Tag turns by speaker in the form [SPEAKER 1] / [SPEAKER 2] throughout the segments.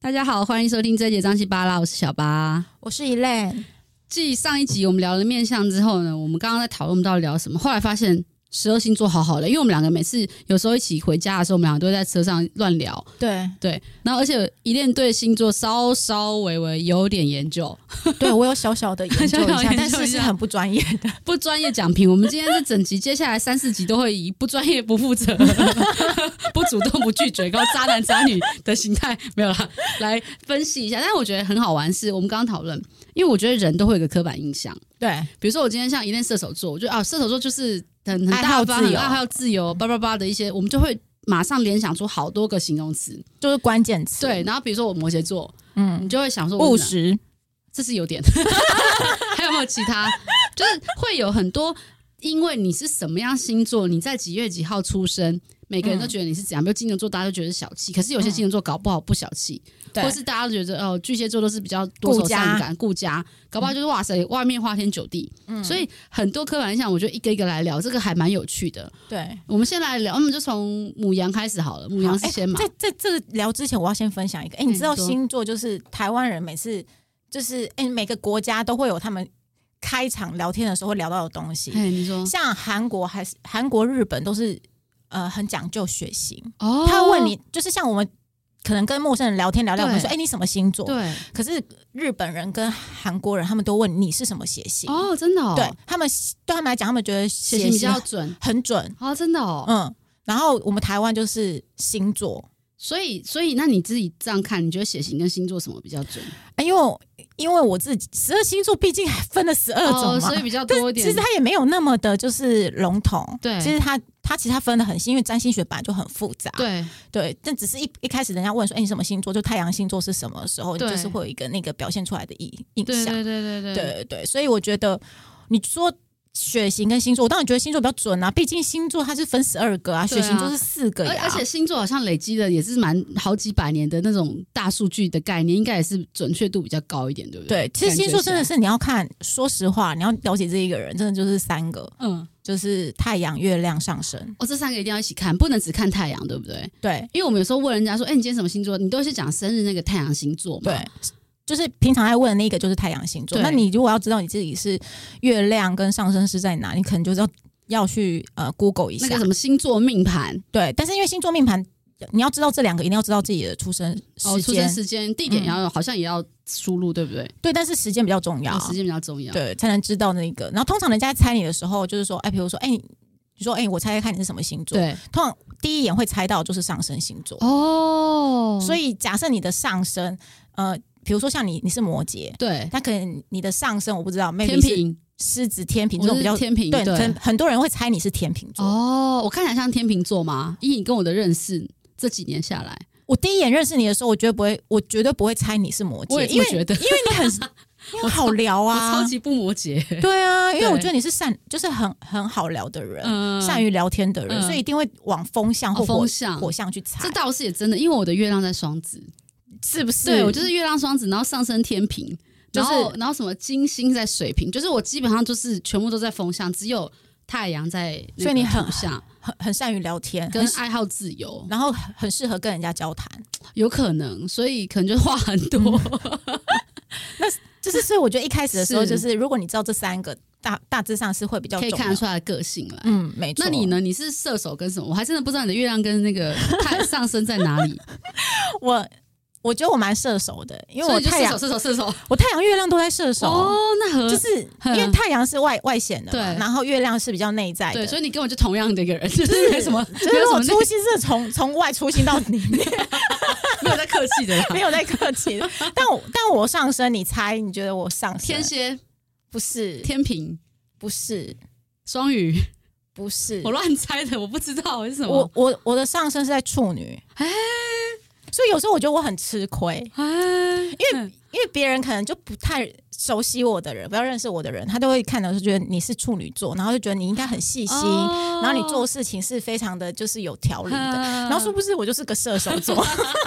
[SPEAKER 1] 大家好，欢迎收听这一节张七巴拉，我是小巴。
[SPEAKER 2] 我是 Elaine，
[SPEAKER 1] 继上一集我们聊了面相之后呢，我们刚刚在讨论我们到底聊什么，后来发现十二星座好好的，因为我们两个每次有时候一起回家的时候，我们两个都会在车上乱聊，
[SPEAKER 2] 对
[SPEAKER 1] 对。然后而且一恋对星座稍稍微微有点研究，
[SPEAKER 2] 对，我有小小的研 究
[SPEAKER 1] 小小研究
[SPEAKER 2] 一下
[SPEAKER 1] 一，下
[SPEAKER 2] 但是是很不专业的。
[SPEAKER 1] 不专业讲评。我们今天这整集接下来三四集都会以不专业、不负责、 不主动、不拒绝，然后渣男渣女的形态没有啦，来分析一下。但是我觉得很好玩是，我们刚刚讨论，因为我觉得人都会有一个刻板印象。
[SPEAKER 2] 对
[SPEAKER 1] 比如说我今天像一念射手座，我就啊，射手座就是很很
[SPEAKER 2] 爱
[SPEAKER 1] 大
[SPEAKER 2] 好
[SPEAKER 1] 方、
[SPEAKER 2] 自
[SPEAKER 1] 很
[SPEAKER 2] 由
[SPEAKER 1] 爱好自由、叭叭叭的一些，我们就会马上联想出好多个形容词。
[SPEAKER 2] 就是关键词。
[SPEAKER 1] 对，，然后比如说我摩羯座，
[SPEAKER 2] 嗯
[SPEAKER 1] 你，就会想说
[SPEAKER 2] 务
[SPEAKER 1] 我是哪，
[SPEAKER 2] 实，
[SPEAKER 1] 这是有点， 还有没有其他？就是会有很多，因为你是什么样星座，你在几月几号出生。每个人都觉得你是怎
[SPEAKER 2] 嗯
[SPEAKER 1] 样，比如金牛座，大家都觉得是小气，可是有些金牛座搞不好不小气，
[SPEAKER 2] 对
[SPEAKER 1] 或是大家都觉得哦，巨蟹座都是比较多愁
[SPEAKER 2] 顾家
[SPEAKER 1] 善感、顾家，搞不好就是哇塞，外面花天酒地。
[SPEAKER 2] 嗯
[SPEAKER 1] 所以很多刻板印象，我就一个一个来聊，这个还蛮有趣的。
[SPEAKER 2] 对。
[SPEAKER 1] 我们先来聊，我们就从母羊开始好了。母羊是先嘛？
[SPEAKER 2] 在在哎这个聊之前，我要先分享一个。哎，
[SPEAKER 1] 嗯
[SPEAKER 2] 你知道
[SPEAKER 1] 你说
[SPEAKER 2] 星座就是台湾人每次就是哎，每个国家都会有他们开场聊天的时候会聊到的东西。
[SPEAKER 1] 嘿，你说
[SPEAKER 2] 像韩国还是韩国、日本都是呃很讲究血型，
[SPEAKER 1] 哦
[SPEAKER 2] 他会问你，就是像我们可能跟陌生人聊天聊聊，我们
[SPEAKER 1] 对
[SPEAKER 2] 说哎你什么星座？
[SPEAKER 1] 对
[SPEAKER 2] 可是日本人跟韩国人他们都问你是什么血型。
[SPEAKER 1] 哦，真的哦，
[SPEAKER 2] 对，他们对他们来讲，他们觉得
[SPEAKER 1] 血
[SPEAKER 2] 血
[SPEAKER 1] 型
[SPEAKER 2] 型
[SPEAKER 1] 比较准
[SPEAKER 2] 很准，
[SPEAKER 1] 哦，真的哦。
[SPEAKER 2] 嗯。然后我们台湾就是星座，
[SPEAKER 1] 所以，所以那你自己这样看，你觉得血型跟星座什么比较准？
[SPEAKER 2] 哎因为我因为我自己十二星座毕竟还分了十二种
[SPEAKER 1] 哦，
[SPEAKER 2] 嘛，
[SPEAKER 1] 所以比较
[SPEAKER 2] 但
[SPEAKER 1] 多一点。
[SPEAKER 2] 其实它也没有那么的就是笼统。
[SPEAKER 1] 对
[SPEAKER 2] 其实它它其实它分的很细，因为占星学本来就很复杂。
[SPEAKER 1] 对
[SPEAKER 2] 对，但只是一一开始人家问说，哎，你什么星座？就太阳星座是什么的时候，你
[SPEAKER 1] 对
[SPEAKER 2] 就是会有一个那个表现出来的印印
[SPEAKER 1] 对
[SPEAKER 2] 象。
[SPEAKER 1] 对对对
[SPEAKER 2] 对对对，所以我觉得你说血型跟星座，我当然觉得星座比较准啊，毕竟星座它是分十二个啊，
[SPEAKER 1] 对啊
[SPEAKER 2] 血型就是四个
[SPEAKER 1] 而
[SPEAKER 2] 呀、
[SPEAKER 1] 而且星座好像累积的也是蛮好几百年的那种大数据的概念，应该也是准确度比较高一点，对不对？
[SPEAKER 2] 对，其实星座真的
[SPEAKER 1] 感觉起
[SPEAKER 2] 是你要看，说实话，你要了解这一个人，真的就是三个，
[SPEAKER 1] 来，嗯，
[SPEAKER 2] 就是太阳、月亮、上升。
[SPEAKER 1] 哦，这三个一定要一起看，不能只看太阳，对不对？
[SPEAKER 2] 对
[SPEAKER 1] 因为我们有时候问人家说，哎、你今天什么星座？你都是讲生日那个太阳星座嘛？
[SPEAKER 2] 对，就是平常爱问的那个就是太阳星座。
[SPEAKER 1] 对
[SPEAKER 2] 那你如果要知道你自己是月亮跟上升是在哪，你可能就是要要去呃 Google 一
[SPEAKER 1] 那
[SPEAKER 2] 下
[SPEAKER 1] 个。什么星座命盘
[SPEAKER 2] 对，但是因为星座命盘，你要知道这两个，一定要知道自己的出生
[SPEAKER 1] 哦，
[SPEAKER 2] 时
[SPEAKER 1] 出
[SPEAKER 2] 间。嗯
[SPEAKER 1] 生时间、地点也要、好像也要输入，对不对？
[SPEAKER 2] 对，但是时间比较重要。
[SPEAKER 1] 哦时间比较重要。
[SPEAKER 2] 对，才能知道那个。然后通常人家在猜你的时候，就是说，哎，比如说，哎，你说，哎，我猜猜看你是什么星座？
[SPEAKER 1] 对
[SPEAKER 2] 通常第一眼会猜到就是上升星座。
[SPEAKER 1] 哦，
[SPEAKER 2] 所
[SPEAKER 1] 以
[SPEAKER 2] 以假设你的上升，呃，比如说像你你是摩羯，
[SPEAKER 1] 对
[SPEAKER 2] 那可能你的上升我不知道，maybe
[SPEAKER 1] 天
[SPEAKER 2] 是
[SPEAKER 1] 平，
[SPEAKER 2] 狮子、天平这
[SPEAKER 1] 我
[SPEAKER 2] 种
[SPEAKER 1] 是
[SPEAKER 2] 比较
[SPEAKER 1] 天平，
[SPEAKER 2] 对，
[SPEAKER 1] 对
[SPEAKER 2] 很很多人会猜你是天平座。
[SPEAKER 1] 哦，我看起来像天秤座吗？以你跟我的认识，这几年下来，
[SPEAKER 2] 我第一眼认识你的时候，我绝对不会，我绝对不会猜你是摩
[SPEAKER 1] 我
[SPEAKER 2] 羯
[SPEAKER 1] 也，这
[SPEAKER 2] 因
[SPEAKER 1] 么
[SPEAKER 2] 为
[SPEAKER 1] 觉得，
[SPEAKER 2] 因为你很你很好聊
[SPEAKER 1] 我
[SPEAKER 2] 啊
[SPEAKER 1] 超，级不摩羯，
[SPEAKER 2] 对啊，因为我
[SPEAKER 1] 对
[SPEAKER 2] 觉得你是善，就是很很好聊的人。
[SPEAKER 1] 嗯，
[SPEAKER 2] 善于聊天的人，
[SPEAKER 1] 嗯
[SPEAKER 2] 所以一定会往风向
[SPEAKER 1] 哦
[SPEAKER 2] 或火
[SPEAKER 1] 风向
[SPEAKER 2] 火象去猜
[SPEAKER 1] 这，倒是也真的，因为我的月亮在双子，嗯
[SPEAKER 2] 是不是？
[SPEAKER 1] 对我就是月亮双子，然后上升天平，
[SPEAKER 2] 就
[SPEAKER 1] 然
[SPEAKER 2] 是
[SPEAKER 1] 后、然后什么金星在水瓶，就是我基本上就是全部都在风向，只有太阳在那个
[SPEAKER 2] 所以你很
[SPEAKER 1] 土象，
[SPEAKER 2] 很很善于聊天，
[SPEAKER 1] 跟
[SPEAKER 2] 很
[SPEAKER 1] 爱好自由
[SPEAKER 2] 然后很适合跟人 家交谈。
[SPEAKER 1] 有可能，所以可能就话很多。
[SPEAKER 2] 就是所以我觉得一开始的时候，
[SPEAKER 1] 是
[SPEAKER 2] 就是如果你知道这三个大大致上是会比较
[SPEAKER 1] 可
[SPEAKER 2] 重
[SPEAKER 1] 以
[SPEAKER 2] 要
[SPEAKER 1] 看得出来个性来。
[SPEAKER 2] 嗯，没错。
[SPEAKER 1] 那你？呢？你是射手跟什么？我还真的不知道你的月亮跟那个 太上升在哪里，
[SPEAKER 2] 我我觉得我蛮射手的，因为
[SPEAKER 1] 所
[SPEAKER 2] 我
[SPEAKER 1] 以就
[SPEAKER 2] 太
[SPEAKER 1] 射
[SPEAKER 2] 阳
[SPEAKER 1] 手、射手、射手。
[SPEAKER 2] 我太阳月亮都在射手，
[SPEAKER 1] 哦，那和
[SPEAKER 2] 就是因为
[SPEAKER 1] 嗯
[SPEAKER 2] 太阳是外外显的嘛，
[SPEAKER 1] 对
[SPEAKER 2] 然后月亮是比较内在
[SPEAKER 1] 对，
[SPEAKER 2] 的。
[SPEAKER 1] 所以你跟我就同样的一个人，就是 没什么，
[SPEAKER 2] 就是
[SPEAKER 1] 没有
[SPEAKER 2] 如
[SPEAKER 1] 什
[SPEAKER 2] 果
[SPEAKER 1] 么
[SPEAKER 2] 出心是从从外出心到里面，
[SPEAKER 1] 那没有在客气的啦。
[SPEAKER 2] 没有在 客气的。但我但我上升，你猜？你觉得我上升
[SPEAKER 1] 天蝎、
[SPEAKER 2] 不是？
[SPEAKER 1] 天平、
[SPEAKER 2] 不是？
[SPEAKER 1] 双鱼，
[SPEAKER 2] 不是
[SPEAKER 1] 我？乱猜的，我不知道是什么
[SPEAKER 2] 我。我我的上升是在处女，
[SPEAKER 1] 哎
[SPEAKER 2] 所以有时候我觉得我很吃亏。
[SPEAKER 1] 哎，因为
[SPEAKER 2] 因为别人可能就不太熟悉我的人，不要认识我的人，他都会看到就觉得你是处女座，然后就觉得你应该很细心，
[SPEAKER 1] 哦
[SPEAKER 2] 然后你做事情是非常的就是有条理的。然后殊
[SPEAKER 1] 说，
[SPEAKER 2] 不知我就是个射手 座，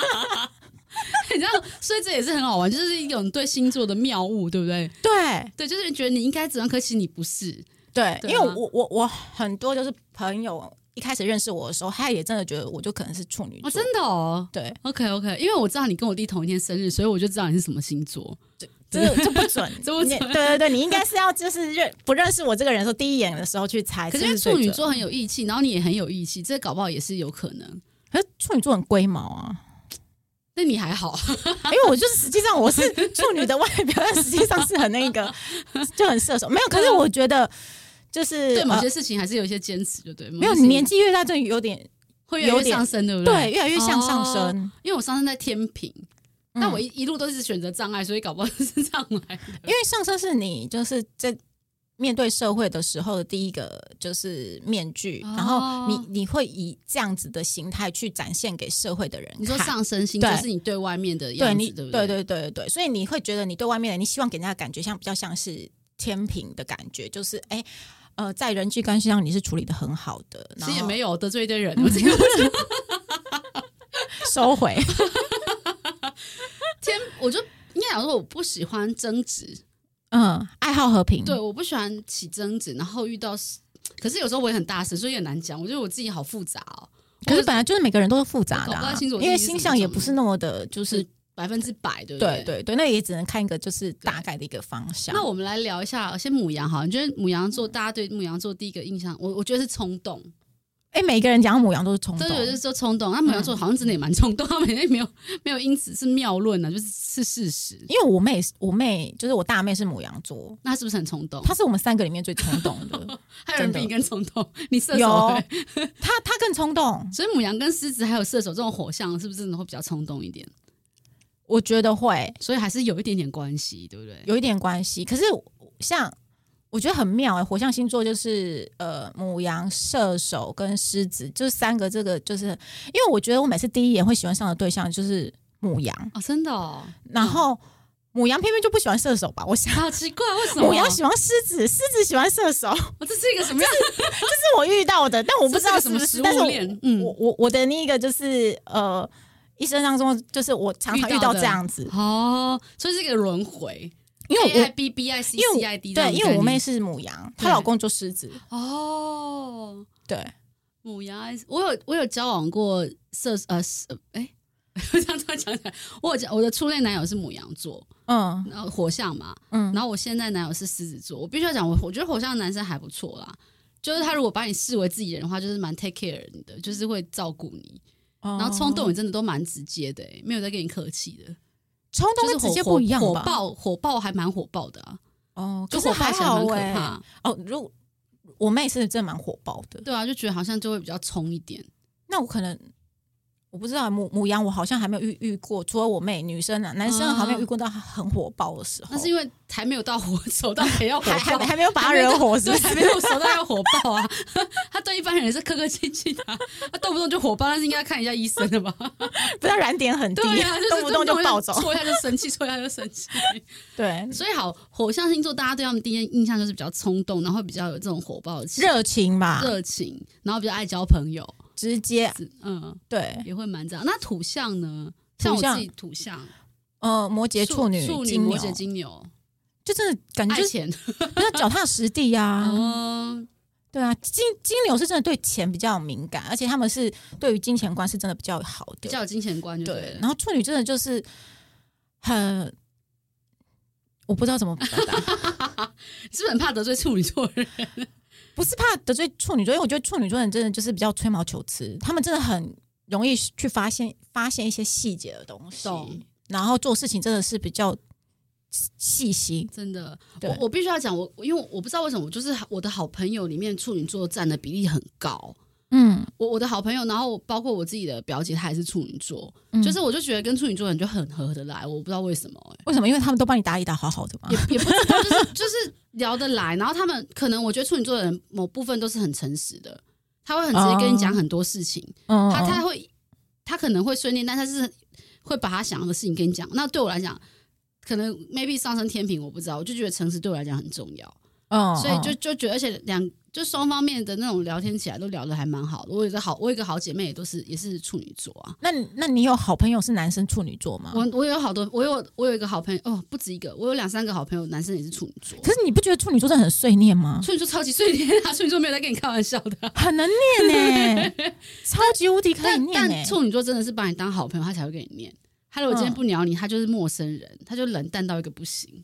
[SPEAKER 1] 你知道，所以这也是很好玩，就是一种对星座的妙悟，对不对？
[SPEAKER 2] 对
[SPEAKER 1] 对，就是你觉得你应该怎样，可其实你不是。
[SPEAKER 2] 对，
[SPEAKER 1] 对啊
[SPEAKER 2] 因为我我我很多就是朋友一一开始认识我的时候，他也真的觉得我就可能是处女座。
[SPEAKER 1] 哦，真的哦
[SPEAKER 2] 对，
[SPEAKER 1] ，OK OK，因为我知道你跟我弟同一天生日，所以我就知道你是什么星座。
[SPEAKER 2] 这这不准，
[SPEAKER 1] 这不准
[SPEAKER 2] 你对对对，你应该是要就是认不认识我这个人的时候，第一眼的时候去猜。
[SPEAKER 1] 可是
[SPEAKER 2] 是
[SPEAKER 1] 因为
[SPEAKER 2] 不是最
[SPEAKER 1] 处女
[SPEAKER 2] 准，
[SPEAKER 1] 座很有义气，然后你也很有义气，这搞不好也是有可能。
[SPEAKER 2] 可是处女座很龟毛啊，
[SPEAKER 1] 那你还好，
[SPEAKER 2] 因为我就是实际上 我是处女的外表，但实际上是很那个，就很射手。没有，可是我觉得就是
[SPEAKER 1] 对某
[SPEAKER 2] 呃
[SPEAKER 1] 些事情还是有一些坚持，就对。
[SPEAKER 2] 没
[SPEAKER 1] 某些
[SPEAKER 2] 有，
[SPEAKER 1] 事
[SPEAKER 2] 你
[SPEAKER 1] 情
[SPEAKER 2] 年纪越大就有点
[SPEAKER 1] 会越来
[SPEAKER 2] 有
[SPEAKER 1] 越
[SPEAKER 2] 点
[SPEAKER 1] 上升，对不
[SPEAKER 2] 对，
[SPEAKER 1] 对？
[SPEAKER 2] 越来越向上
[SPEAKER 1] 哦
[SPEAKER 2] 升。
[SPEAKER 1] 因为我上升在天平，
[SPEAKER 2] 嗯
[SPEAKER 1] 但我一一路都是选择障碍，所以搞不好是障碍。
[SPEAKER 2] 因为上升是你就是在面对社会的时候的第一个就是面具，
[SPEAKER 1] 哦
[SPEAKER 2] 然后你你会以这样子的形态去展现给社会的人看。
[SPEAKER 1] 你说上升星
[SPEAKER 2] 对
[SPEAKER 1] 就是你对外面的
[SPEAKER 2] 对
[SPEAKER 1] 样
[SPEAKER 2] 你
[SPEAKER 1] 子，对不
[SPEAKER 2] 对
[SPEAKER 1] 对
[SPEAKER 2] 对对对对，所以你会觉得你对外面的你希望给人家的感觉像比较像是天平的感觉，就是哎。呃，在人际关系上你是处理的很好的，然
[SPEAKER 1] 其实也
[SPEAKER 2] 后
[SPEAKER 1] 没有得罪一堆 人，我这个
[SPEAKER 2] 收 回。
[SPEAKER 1] 天，我就应该讲说我不喜欢争执，
[SPEAKER 2] 嗯，爱好和平。
[SPEAKER 1] 对，我不喜欢起争执，然后遇到事，可是有时候我也很大声，所以也很难讲。我觉得我自己好复杂哦，
[SPEAKER 2] 可是本来就是每个人都是复杂
[SPEAKER 1] 搞
[SPEAKER 2] 的、
[SPEAKER 1] 不
[SPEAKER 2] 啊
[SPEAKER 1] 太清楚，我
[SPEAKER 2] 因为
[SPEAKER 1] 自己是
[SPEAKER 2] 星
[SPEAKER 1] 什
[SPEAKER 2] 象
[SPEAKER 1] 么
[SPEAKER 2] 也
[SPEAKER 1] 状
[SPEAKER 2] 不是那么的，就是
[SPEAKER 1] 是百分之百，对不
[SPEAKER 2] 嗯对
[SPEAKER 1] 对？
[SPEAKER 2] 对对，那也只能看一个就是大概的一个方向。
[SPEAKER 1] 那我们来聊一下，先母羊好，你觉得母羊座大家对母羊座第一个印象，我我觉得是冲动，
[SPEAKER 2] 哎、每个人讲母羊都是冲动嗯
[SPEAKER 1] 对，，有就是说冲动。那母羊座好像真的也蛮冲动， 他们也没有没有因此是妙论啊呢，就是是事实。
[SPEAKER 2] 因为我妹是，我妹就是我大妹是母羊座，
[SPEAKER 1] 那他是不是很冲动？
[SPEAKER 2] 她是我们三个里面最冲动的，
[SPEAKER 1] 还有人
[SPEAKER 2] 真的
[SPEAKER 1] 比你更冲动， 你射手、
[SPEAKER 2] 有
[SPEAKER 1] 欸，
[SPEAKER 2] 她她更冲动，
[SPEAKER 1] 所以母羊跟狮子还有射手这种火象，是不是真的会比较冲动一点？
[SPEAKER 2] 我觉得会
[SPEAKER 1] 所以还是有一点点关系，对不对？
[SPEAKER 2] 有一点关系。可是像我觉得很妙哎、火象星座就是呃母羊、射手跟狮子，就是三个这个就是，因为我觉得我每次第一眼会喜欢上的对象就是母羊，
[SPEAKER 1] 哦，真的 哦，
[SPEAKER 2] 然后母羊偏偏就不喜欢射手吧，我想。
[SPEAKER 1] 好奇怪，为什么？啊
[SPEAKER 2] 母羊喜欢狮子，狮子喜欢射手，这
[SPEAKER 1] 哦这是一个什么样？
[SPEAKER 2] 是我遇到的，但我不知
[SPEAKER 1] 这
[SPEAKER 2] 道
[SPEAKER 1] 是
[SPEAKER 2] 是
[SPEAKER 1] 个什么
[SPEAKER 2] 不是，
[SPEAKER 1] 食
[SPEAKER 2] 但是
[SPEAKER 1] 物
[SPEAKER 2] 我
[SPEAKER 1] 链？嗯，
[SPEAKER 2] 我我我的那个就是呃，一生当中就是我常常遇
[SPEAKER 1] 遇到
[SPEAKER 2] 到
[SPEAKER 1] 的
[SPEAKER 2] 这样子，
[SPEAKER 1] 哦，所以是一个轮回，
[SPEAKER 2] 因为
[SPEAKER 1] A I
[SPEAKER 2] 我
[SPEAKER 1] B B I C
[SPEAKER 2] 因为
[SPEAKER 1] C
[SPEAKER 2] 我
[SPEAKER 1] I D
[SPEAKER 2] 对，因为我妹是母羊，她
[SPEAKER 1] 对
[SPEAKER 2] 老公就狮子，
[SPEAKER 1] 哦，
[SPEAKER 2] 对，
[SPEAKER 1] 母羊还是，我有我有交往过射呃是哎。 这样突然想起来，我有交我的初恋男友是母羊座，
[SPEAKER 2] 嗯
[SPEAKER 1] 然后火象嘛，
[SPEAKER 2] 嗯，
[SPEAKER 1] 然后我现在男友是狮子座，我必须要讲，我我觉得火象的男生还不错啦，就是他如果把你视为自己人的话，就是蛮 take care 你的，就是会照顾你，
[SPEAKER 2] 然
[SPEAKER 1] 然后冲动也真的都蛮直接的、欸，没有在跟你客气的，
[SPEAKER 2] 冲动
[SPEAKER 1] 就是
[SPEAKER 2] 跟
[SPEAKER 1] 火
[SPEAKER 2] 直接
[SPEAKER 1] 火
[SPEAKER 2] 不一样
[SPEAKER 1] 火
[SPEAKER 2] 吧？
[SPEAKER 1] 爆火爆还蛮火爆的啊，
[SPEAKER 2] 哦，
[SPEAKER 1] 就
[SPEAKER 2] 可是
[SPEAKER 1] 火爆
[SPEAKER 2] 还
[SPEAKER 1] 起来蛮
[SPEAKER 2] 好
[SPEAKER 1] 可
[SPEAKER 2] 哎、
[SPEAKER 1] 怕，
[SPEAKER 2] 哦，如果我妹是真的蛮火爆的，
[SPEAKER 1] 对啊，就觉得好像就会比较冲一点，
[SPEAKER 2] 那我可能。我不知道母母羊，我好像还没有遇遇过，除了我妹，女生啊，男生好像没有遇过到很火爆的时
[SPEAKER 1] 嗯
[SPEAKER 2] 候，
[SPEAKER 1] 那是因为还没有到火 手，但还要火
[SPEAKER 2] 还还
[SPEAKER 1] 爆
[SPEAKER 2] 没。还没有把她
[SPEAKER 1] 还没有
[SPEAKER 2] 惹火，是
[SPEAKER 1] 对
[SPEAKER 2] 不，是
[SPEAKER 1] 还？没有熟到要火爆啊！ 他对一般人也是客客气气的啊、他动不动就火爆，但是应该看一下医生的吧？
[SPEAKER 2] 不要燃点很 低，
[SPEAKER 1] 对啊，就是
[SPEAKER 2] 动不动就暴走。
[SPEAKER 1] 戳一下就生气， 戳一下就生气。
[SPEAKER 2] 对，
[SPEAKER 1] 所以好，火象星座大家对他们第一印象就是比较冲动，然后比较有这种火爆的气
[SPEAKER 2] 热情吧，
[SPEAKER 1] 热情，然后比较爱交朋友，
[SPEAKER 2] 直接
[SPEAKER 1] 是嗯，
[SPEAKER 2] 对，
[SPEAKER 1] 也会蛮这样。那土象呢？像
[SPEAKER 2] 土
[SPEAKER 1] 我
[SPEAKER 2] 象
[SPEAKER 1] 自己土象，
[SPEAKER 2] 呃，摩羯、
[SPEAKER 1] 处
[SPEAKER 2] 处女、
[SPEAKER 1] 处女、
[SPEAKER 2] 金
[SPEAKER 1] 摩
[SPEAKER 2] 牛，
[SPEAKER 1] 羯、金牛，
[SPEAKER 2] 就真的感觉
[SPEAKER 1] 爱
[SPEAKER 2] 就是
[SPEAKER 1] 钱，
[SPEAKER 2] 不要脚踏实地啊呀、
[SPEAKER 1] 嗯，
[SPEAKER 2] 对啊，金金牛是真的对钱比较敏感，而且他们是对于金钱观是真的比较好的，
[SPEAKER 1] 比较有金钱观就对
[SPEAKER 2] 对。
[SPEAKER 1] 了。
[SPEAKER 2] 然后处女真的就是很，我不知道怎么表 达，
[SPEAKER 1] 是不是很怕得罪处女座的人？
[SPEAKER 2] 不是怕得罪处女座，因为我觉得处女座人真的就是比较吹毛求疵，他们真的很容易去发现发现一些细节的东西
[SPEAKER 1] 懂，
[SPEAKER 2] 然后做事情真的是比较细心，
[SPEAKER 1] 真的，
[SPEAKER 2] 对
[SPEAKER 1] 我我必须要讲，我因为我不知道为什么，我就是我的好朋友里面处女座占的比例很高。
[SPEAKER 2] 嗯，
[SPEAKER 1] 我我的好朋友，然后包括我自己的表姐，她也是处女座，
[SPEAKER 2] 嗯
[SPEAKER 1] 就是我就觉得跟处女座人就很合得来，我不知道为什么、欸
[SPEAKER 2] 为什么？因为他们都帮你打理打好好的嘛。
[SPEAKER 1] 也也 不知道，就是就是聊得来，然后他们可能我觉得处女座的人某部分都是很诚实的，他会很直接跟你
[SPEAKER 2] 哦
[SPEAKER 1] 讲很多事情，
[SPEAKER 2] 嗯
[SPEAKER 1] 他他会他可能会碎念，但他是会把他想要的事情跟你讲。那对我来讲，可能 maybe 上升天平，我不知道，我就觉得诚实对我来讲很重要，
[SPEAKER 2] 嗯
[SPEAKER 1] 所以就就觉得，而且两就双方面的那种聊天起来都聊得还蛮好的。我有一个好，我有一个好姐妹也都是也是处女座啊。
[SPEAKER 2] 那你那你有好朋友是男生处女座吗？
[SPEAKER 1] 我我有好多，我有我有一个好朋友哦，不止一个，我有两三个好朋友，男生也是处女座。
[SPEAKER 2] 可是你不觉得处女座真的很碎 念吗？
[SPEAKER 1] 处女座超级碎念啊！处女座没有在跟你开玩笑的啊、
[SPEAKER 2] 很能念呢、 超级无敌可以
[SPEAKER 1] 但
[SPEAKER 2] 念欸呢、
[SPEAKER 1] 但处女座真的是把你当好朋友，他才会跟你念。他如果今
[SPEAKER 2] 嗯
[SPEAKER 1] 天不鸟你，他就是陌生人，他就冷淡到一个不行。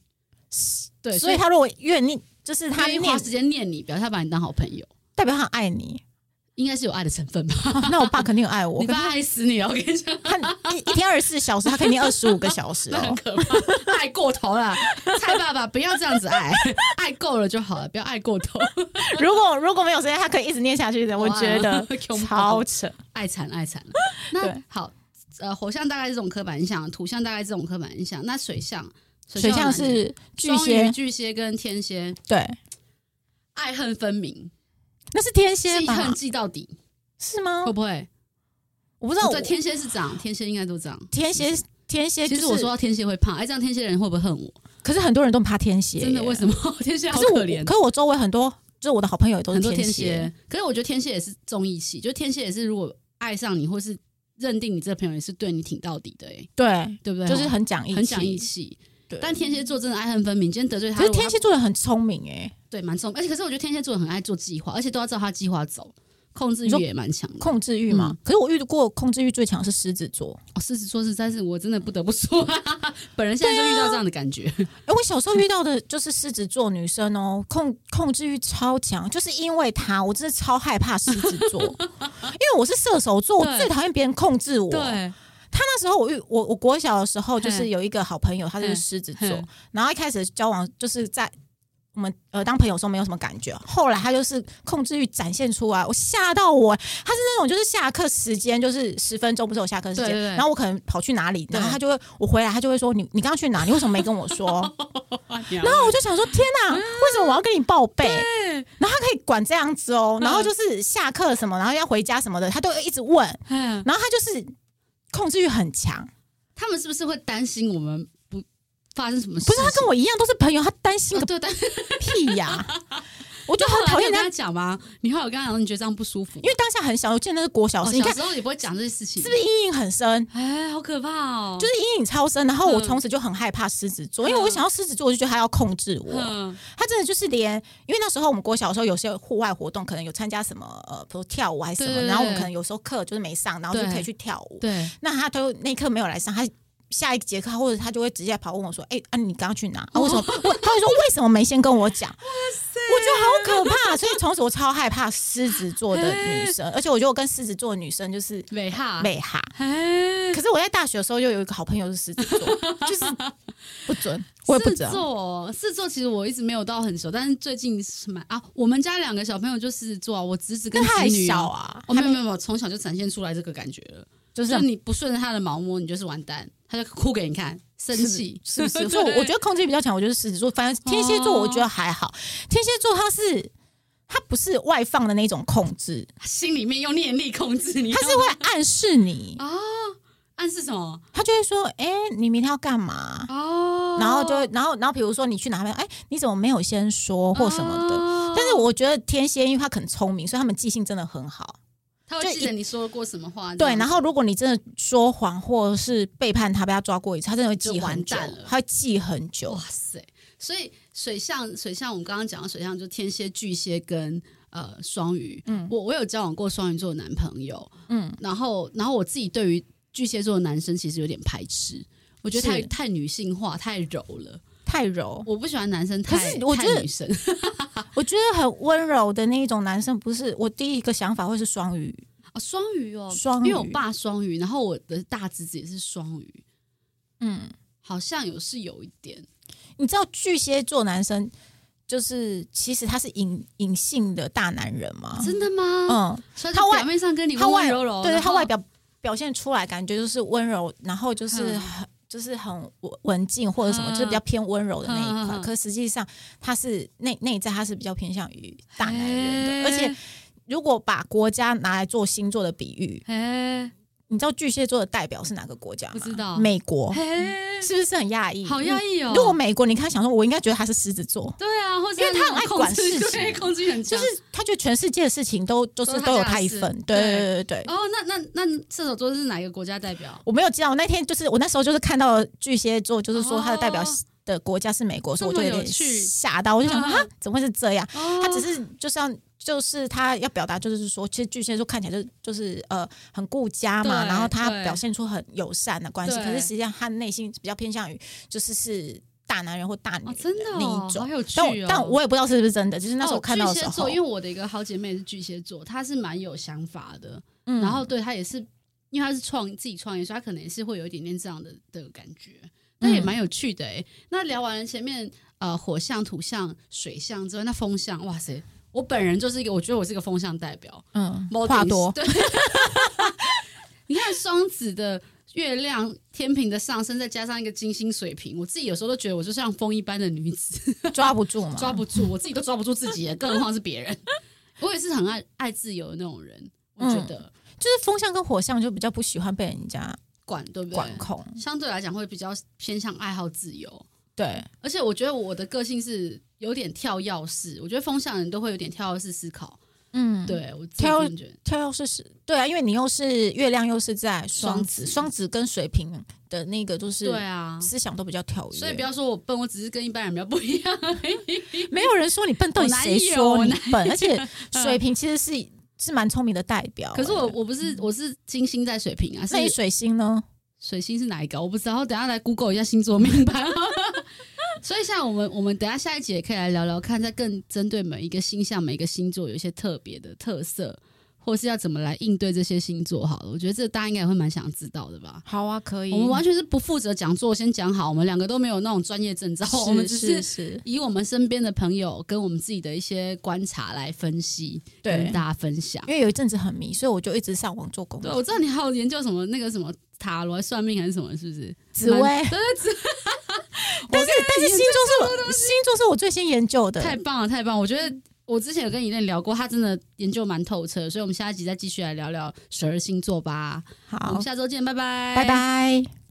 [SPEAKER 1] 对，
[SPEAKER 2] 所
[SPEAKER 1] 所
[SPEAKER 2] 以
[SPEAKER 1] 以
[SPEAKER 2] 他如果愿意，就是他
[SPEAKER 1] 他愿意花
[SPEAKER 2] 念，
[SPEAKER 1] 时间念你，表示他把你当好朋友，
[SPEAKER 2] 代表他很爱你、
[SPEAKER 1] 应该是有爱的成分吧？
[SPEAKER 2] 啊那我爸肯定有爱我，
[SPEAKER 1] 你爸爱死你了，我跟你讲，
[SPEAKER 2] 他一一天二十四小时，他肯定二十五个小时
[SPEAKER 1] 那很
[SPEAKER 2] 哦。
[SPEAKER 1] 可怕，爱过头了。蔡爸爸不要这样子爱，爱够了就好了，不要爱过头，
[SPEAKER 2] 如果如果没有时间，他可以一直念下去的，我 觉得
[SPEAKER 1] 穷爆
[SPEAKER 2] 超扯。
[SPEAKER 1] 爱惨爱惨了。那
[SPEAKER 2] 对
[SPEAKER 1] 好，呃，火象大概是这种刻板印象，土象大概是这种刻板印象，那水象。
[SPEAKER 2] 水象
[SPEAKER 1] 有哪里
[SPEAKER 2] 是巨
[SPEAKER 1] 双鱼
[SPEAKER 2] 蟹，
[SPEAKER 1] 巨蟹跟天蝎
[SPEAKER 2] 对，
[SPEAKER 1] 爱恨分明，
[SPEAKER 2] 那是天蝎
[SPEAKER 1] 记
[SPEAKER 2] 吧
[SPEAKER 1] 恨？记到底，
[SPEAKER 2] 是吗
[SPEAKER 1] 会？不会？哦
[SPEAKER 2] 我不知道，
[SPEAKER 1] 对，天蝎是这样，天蝎应该都这样。
[SPEAKER 2] 天蝎天蝎、
[SPEAKER 1] 其
[SPEAKER 2] 就是，
[SPEAKER 1] 实我说，到天蝎会怕，哎，这样天蝎人会不会恨我？
[SPEAKER 2] 可是很多人都很怕天蝎耶，
[SPEAKER 1] 真的，为什么 天蝎
[SPEAKER 2] 可
[SPEAKER 1] 好
[SPEAKER 2] 是我，
[SPEAKER 1] 怜？哦
[SPEAKER 2] 可是我周围很多，就是我的好朋友也都是
[SPEAKER 1] 很多天
[SPEAKER 2] 蝎
[SPEAKER 1] 蝎，，可是我觉得天蝎也是重义气，就天蝎也是如果爱上你或是认定你这个朋友，也是对你挺到底的，哎，
[SPEAKER 2] 对，
[SPEAKER 1] 对不对？
[SPEAKER 2] 就是很讲义气，
[SPEAKER 1] 很讲义气。
[SPEAKER 2] 对，
[SPEAKER 1] 但天蝎座真的爱恨分明，今天得罪他，嗯
[SPEAKER 2] 可是
[SPEAKER 1] 如果
[SPEAKER 2] 天
[SPEAKER 1] 他
[SPEAKER 2] 蝎座的很聪明哎、
[SPEAKER 1] 对蛮重，而且可是我觉得天蝎座很爱做计划，而且都要照他计划走，控制欲
[SPEAKER 2] 你说
[SPEAKER 1] 也蛮强的。
[SPEAKER 2] 控制欲嘛。
[SPEAKER 1] 嗯
[SPEAKER 2] 可是我遇过控制欲最强是狮子座。
[SPEAKER 1] 哦，狮子座实在是我真的不得不说， 本人现在就
[SPEAKER 2] 啊
[SPEAKER 1] 遇到这样的感觉。
[SPEAKER 2] 哎、我小时候遇到的就是狮子座女生哦，控控制欲超强，就是因为她，我真的超害怕狮子 座，因为我是射手座，我
[SPEAKER 1] 对
[SPEAKER 2] 最讨厌别人控制我。
[SPEAKER 1] 对，
[SPEAKER 2] 她那时候我遇我我国小的时候，就是
[SPEAKER 1] 嘿
[SPEAKER 2] 有一个好朋友，她就是
[SPEAKER 1] 嘿
[SPEAKER 2] 狮子座
[SPEAKER 1] 嘿，
[SPEAKER 2] 然后一开始交往就是在。我们呃当朋友的时候没有什么感觉，后来她就是控制欲展现出来，我吓到我。她是那种就是下课时间就是十分钟，不是有下课时间，
[SPEAKER 1] 对对对
[SPEAKER 2] 然后我可能跑去哪里，然后
[SPEAKER 1] 对
[SPEAKER 2] 她就会我回来，她就会说你你刚刚去哪？你为什么没跟我 说？
[SPEAKER 1] 然
[SPEAKER 2] 然后我就想说，天哪，
[SPEAKER 1] 嗯
[SPEAKER 2] 为什么我要跟你报备？然后他可以管这样子哦，
[SPEAKER 1] 嗯
[SPEAKER 2] 然后就是下课什么，然后要回家什么的，他都一直问，
[SPEAKER 1] 哎
[SPEAKER 2] 然后他就是控制欲很强，
[SPEAKER 1] 他们是不是会担心我们不发生什么事
[SPEAKER 2] 不
[SPEAKER 1] 情？
[SPEAKER 2] 是他跟我一样都是朋友，他担心
[SPEAKER 1] 哦
[SPEAKER 2] 个
[SPEAKER 1] 对，但
[SPEAKER 2] 屁呀、我就
[SPEAKER 1] 后
[SPEAKER 2] 很
[SPEAKER 1] 来
[SPEAKER 2] 讨
[SPEAKER 1] 你
[SPEAKER 2] 厌
[SPEAKER 1] 有跟
[SPEAKER 2] 人家
[SPEAKER 1] 他，讲吗？你后来有跟他讲，你觉得这样不舒服？
[SPEAKER 2] 因为当下很小，我记得那是国小
[SPEAKER 1] 哦
[SPEAKER 2] 时，你
[SPEAKER 1] 小
[SPEAKER 2] 看
[SPEAKER 1] 时候也不会讲这些事情，
[SPEAKER 2] 是不是阴影很深？
[SPEAKER 1] 哎，好可怕哦！
[SPEAKER 2] 就是阴影超深，然后我
[SPEAKER 1] 嗯
[SPEAKER 2] 从此就很害怕狮子座，
[SPEAKER 1] 嗯
[SPEAKER 2] 因为我想要狮子座，我就觉得他要控制我。
[SPEAKER 1] 嗯
[SPEAKER 2] 他真的就是连，因为那时候我们国小的时候，有些户外活动可能有参加什么呃，比如跳舞还是什么，
[SPEAKER 1] 对对对
[SPEAKER 2] 然后我们可能有时候课就是没上，然后就
[SPEAKER 1] 对
[SPEAKER 2] 可以去跳舞。
[SPEAKER 1] 对，
[SPEAKER 2] 那他都那一课没有来上，他下一节课或者他就会直接跑问我说：“哎、啊，你刚刚去哪？啊，为 什么？”我他会说：“为什么没先跟我讲？”我觉得好可怕，所以从此我超害怕狮子座的女 生，而且我觉得我跟狮子座的女生就是
[SPEAKER 1] 美哈，
[SPEAKER 2] 美哈。
[SPEAKER 1] 哎，
[SPEAKER 2] 可是我在大学的时候又有一个好朋友是狮子 座，就是不准，我也不
[SPEAKER 1] 狮
[SPEAKER 2] 知
[SPEAKER 1] 子
[SPEAKER 2] 道。
[SPEAKER 1] 座，狮子座其实我一直没有到很熟，但是最近是蛮啊，我们家两个小朋友就狮子座啊，我侄子跟
[SPEAKER 2] 但他还
[SPEAKER 1] 侄女
[SPEAKER 2] 小
[SPEAKER 1] 啊。
[SPEAKER 2] 啊，
[SPEAKER 1] 哦，没有没有没有，从小就展现出来这个感觉了，
[SPEAKER 2] 就是啊
[SPEAKER 1] 就是你不顺着他的毛摸，你就是完蛋，他就哭给你看，生气
[SPEAKER 2] 是不是？所以我我觉得控制欲比较强，我就是狮子座。反正
[SPEAKER 1] 哦
[SPEAKER 2] 天蝎座我觉得还好，天蝎座它是它不是外放的那种控制，
[SPEAKER 1] 得心里面用念力控制你，
[SPEAKER 2] 它是会暗示你，
[SPEAKER 1] 哦暗示什么？
[SPEAKER 2] 它就会说：“哎、你明天要干嘛？”
[SPEAKER 1] 哦，
[SPEAKER 2] 然后就会，然后然后比如说你去哪边，哎、你怎么没有先说或什么的？
[SPEAKER 1] 哦
[SPEAKER 2] 但是我觉得天蝎，因为他很聪明，所以他们记性真的很好。
[SPEAKER 1] 他
[SPEAKER 2] 就
[SPEAKER 1] 会记
[SPEAKER 2] 一
[SPEAKER 1] 得你说过什么话，这
[SPEAKER 2] 对，
[SPEAKER 1] 样
[SPEAKER 2] 然后如果你真的说谎或是背叛他，被他抓过一次，他真的会记
[SPEAKER 1] 就完
[SPEAKER 2] 很久
[SPEAKER 1] 蛋了，
[SPEAKER 2] 他会记很久
[SPEAKER 1] 哇。塞！所以水象，水象，我们刚刚讲的水象就天蝎、巨蟹跟呃双鱼。嗯，我我有交往过双鱼座的男朋友，
[SPEAKER 2] 嗯，
[SPEAKER 1] 然后然后我自己对于巨蟹座的男生其实有点排斥，我觉得太
[SPEAKER 2] 是
[SPEAKER 1] 太女性化、太柔了，
[SPEAKER 2] 太柔，
[SPEAKER 1] 我不喜欢男生
[SPEAKER 2] 可
[SPEAKER 1] 太
[SPEAKER 2] 是我觉得
[SPEAKER 1] 太女 生。
[SPEAKER 2] 我觉得很温柔的那一种男生，不是我第一个想法会是双鱼，
[SPEAKER 1] 哦，双鱼哦，
[SPEAKER 2] 双鱼
[SPEAKER 1] 因为我爸双鱼，然后我的大侄子也是双鱼，
[SPEAKER 2] 嗯，
[SPEAKER 1] 好像有是有一点。
[SPEAKER 2] 你知道巨蟹座男生就是其实他是隐隐性的大男人吗？
[SPEAKER 1] 真的吗？
[SPEAKER 2] 嗯，
[SPEAKER 1] 所以
[SPEAKER 2] 他外
[SPEAKER 1] 表面上跟你
[SPEAKER 2] 他
[SPEAKER 1] 温
[SPEAKER 2] 外
[SPEAKER 1] 温柔柔，
[SPEAKER 2] 对
[SPEAKER 1] 然后
[SPEAKER 2] 他外表表现出来感觉就是温柔，然后就是很、就是很文文静或者什么，
[SPEAKER 1] 嗯
[SPEAKER 2] 就是比较偏温柔的那一块。
[SPEAKER 1] 嗯嗯嗯
[SPEAKER 2] 可实际上他是内内在他是比较偏向于大男人的，
[SPEAKER 1] 嘿
[SPEAKER 2] 而且如果把国家拿来做星座的比喻，
[SPEAKER 1] 哎，
[SPEAKER 2] 你知道巨蟹座的代表是哪个国家吗？
[SPEAKER 1] 不知道
[SPEAKER 2] 美国
[SPEAKER 1] 嘿，
[SPEAKER 2] 是不是很讶异？嗯
[SPEAKER 1] 好压抑哦。
[SPEAKER 2] 如果美国，你看想说，我应该觉得他是狮子座，
[SPEAKER 1] 对啊，或者
[SPEAKER 2] 因为他很爱管事情
[SPEAKER 1] 对，控制很
[SPEAKER 2] 就
[SPEAKER 1] 强。
[SPEAKER 2] 是他觉得全世界的事情都就是
[SPEAKER 1] 都是他
[SPEAKER 2] 都有
[SPEAKER 1] 家的
[SPEAKER 2] 他一
[SPEAKER 1] 事
[SPEAKER 2] 份。对对对对对。
[SPEAKER 1] 哦，那那那射手座是哪一个国家代表？
[SPEAKER 2] 我没有知道，我那天就是我那时候就是看到巨蟹座，就是说他的代表
[SPEAKER 1] 哦
[SPEAKER 2] 的国家是美国，所以我
[SPEAKER 1] 这
[SPEAKER 2] 就
[SPEAKER 1] 么
[SPEAKER 2] 有
[SPEAKER 1] 有
[SPEAKER 2] 点
[SPEAKER 1] 趣
[SPEAKER 2] 吓到，我就想说
[SPEAKER 1] 嗯
[SPEAKER 2] 啊，怎么会是这样？
[SPEAKER 1] 哦，
[SPEAKER 2] 他只是就是要。就是他要表达，就是说，其实巨蟹座看起来就就是呃很顾家嘛，
[SPEAKER 1] 对
[SPEAKER 2] 然后他
[SPEAKER 1] 对
[SPEAKER 2] 表现出很友善的关系，
[SPEAKER 1] 对
[SPEAKER 2] 可是实际上他内心比较偏向于就是是大男人或大女
[SPEAKER 1] 哦，
[SPEAKER 2] 人
[SPEAKER 1] 真的
[SPEAKER 2] 那
[SPEAKER 1] 哦
[SPEAKER 2] 一
[SPEAKER 1] 好
[SPEAKER 2] 种。
[SPEAKER 1] 有趣
[SPEAKER 2] 但我
[SPEAKER 1] 哦。
[SPEAKER 2] 但我也不知道是不是真的，就是那时候
[SPEAKER 1] 哦
[SPEAKER 2] 看到的
[SPEAKER 1] 巨
[SPEAKER 2] 时
[SPEAKER 1] 蟹
[SPEAKER 2] 候
[SPEAKER 1] 座，因，为我的一个好姐妹是巨蟹座，她是蛮有想法的，
[SPEAKER 2] 嗯
[SPEAKER 1] 然后对她也是，因为她是创自己创业，所以她可能也是会有一点点这样的的感觉，那也蛮有趣的哎、那聊完了前面呃火象、土象、水象之外，那风象，哇塞！我本人就是一个，我觉得我是一个风象代表，
[SPEAKER 2] 嗯
[SPEAKER 1] 某
[SPEAKER 2] 话
[SPEAKER 1] 顶
[SPEAKER 2] 多，
[SPEAKER 1] 对，你看双子的月亮、天平的上升，再加上一个金星水平，我自己有时候都觉得我就像风一般的女 子。
[SPEAKER 2] 抓不住嘛，
[SPEAKER 1] 抓不住，我自己都抓不住自己了， 更何况是别人。我也是很爱爱自由的那种人，我觉
[SPEAKER 2] 嗯
[SPEAKER 1] 得
[SPEAKER 2] 就是风象跟火象就比较不喜欢被人家
[SPEAKER 1] 管对不对？
[SPEAKER 2] 管控，
[SPEAKER 1] 相对来讲会比较偏向爱好自由，
[SPEAKER 2] 对，
[SPEAKER 1] 而且我觉得我的个性是有点跳钥匙，我觉得风向人都会有点跳钥匙思考。
[SPEAKER 2] 嗯，
[SPEAKER 1] 对我自己
[SPEAKER 2] 跳
[SPEAKER 1] 个人觉得
[SPEAKER 2] 跳又是是，对啊，因为你又是月亮，又是在双
[SPEAKER 1] 双
[SPEAKER 2] 子，
[SPEAKER 1] 子
[SPEAKER 2] 双子跟水瓶的那个就是
[SPEAKER 1] 对啊，
[SPEAKER 2] 思想都比较跳跃，
[SPEAKER 1] 所以不要说我笨，我只是跟一般人比较不一样。
[SPEAKER 2] 没有人说你笨，到底
[SPEAKER 1] 我哪
[SPEAKER 2] 谁
[SPEAKER 1] 有
[SPEAKER 2] 说
[SPEAKER 1] 我
[SPEAKER 2] 你
[SPEAKER 1] 哪
[SPEAKER 2] 笨？而且 水瓶其实是是蛮聪明的代表，
[SPEAKER 1] 可是我
[SPEAKER 2] 哎
[SPEAKER 1] 我不是我是金星在水瓶啊，是
[SPEAKER 2] 那你水星呢？
[SPEAKER 1] 水星是哪一个？我不知道，等一下来 Google 一下星座命盘。 所以，像我们我们等一下下一集也可以来聊聊看，在更针对每一个星象、每一个星座有一些特别的特色，或是要怎么来应对这些星座。好了，我觉得这大家应该也会蛮想知道的吧。
[SPEAKER 2] 好啊，可以
[SPEAKER 1] 我 们完全是不负责讲座，先讲好，我们两个都没有那种专业证照，我们只
[SPEAKER 2] 是
[SPEAKER 1] 是
[SPEAKER 2] 是，
[SPEAKER 1] 以我们身边的朋友跟我们自己的一些观察来分析，
[SPEAKER 2] 对
[SPEAKER 1] 跟，大家分享
[SPEAKER 2] 嗯因。为有一阵子很迷，所以我就一直上网做功
[SPEAKER 1] 对，啊
[SPEAKER 2] 课，
[SPEAKER 1] 我知道你还有研究什么那个什么塔罗算命还是什么，是不是？
[SPEAKER 2] 紫薇，
[SPEAKER 1] 蛮
[SPEAKER 2] 但是但是星座是我星座是我最先研究的，
[SPEAKER 1] 太棒了，太棒了！我觉得我之前有跟伊练聊过，他真的研究蛮透彻的，所以我们下一集再继续来聊聊十二星座吧。我
[SPEAKER 2] 好
[SPEAKER 1] 们，下周见，拜拜，
[SPEAKER 2] 拜拜。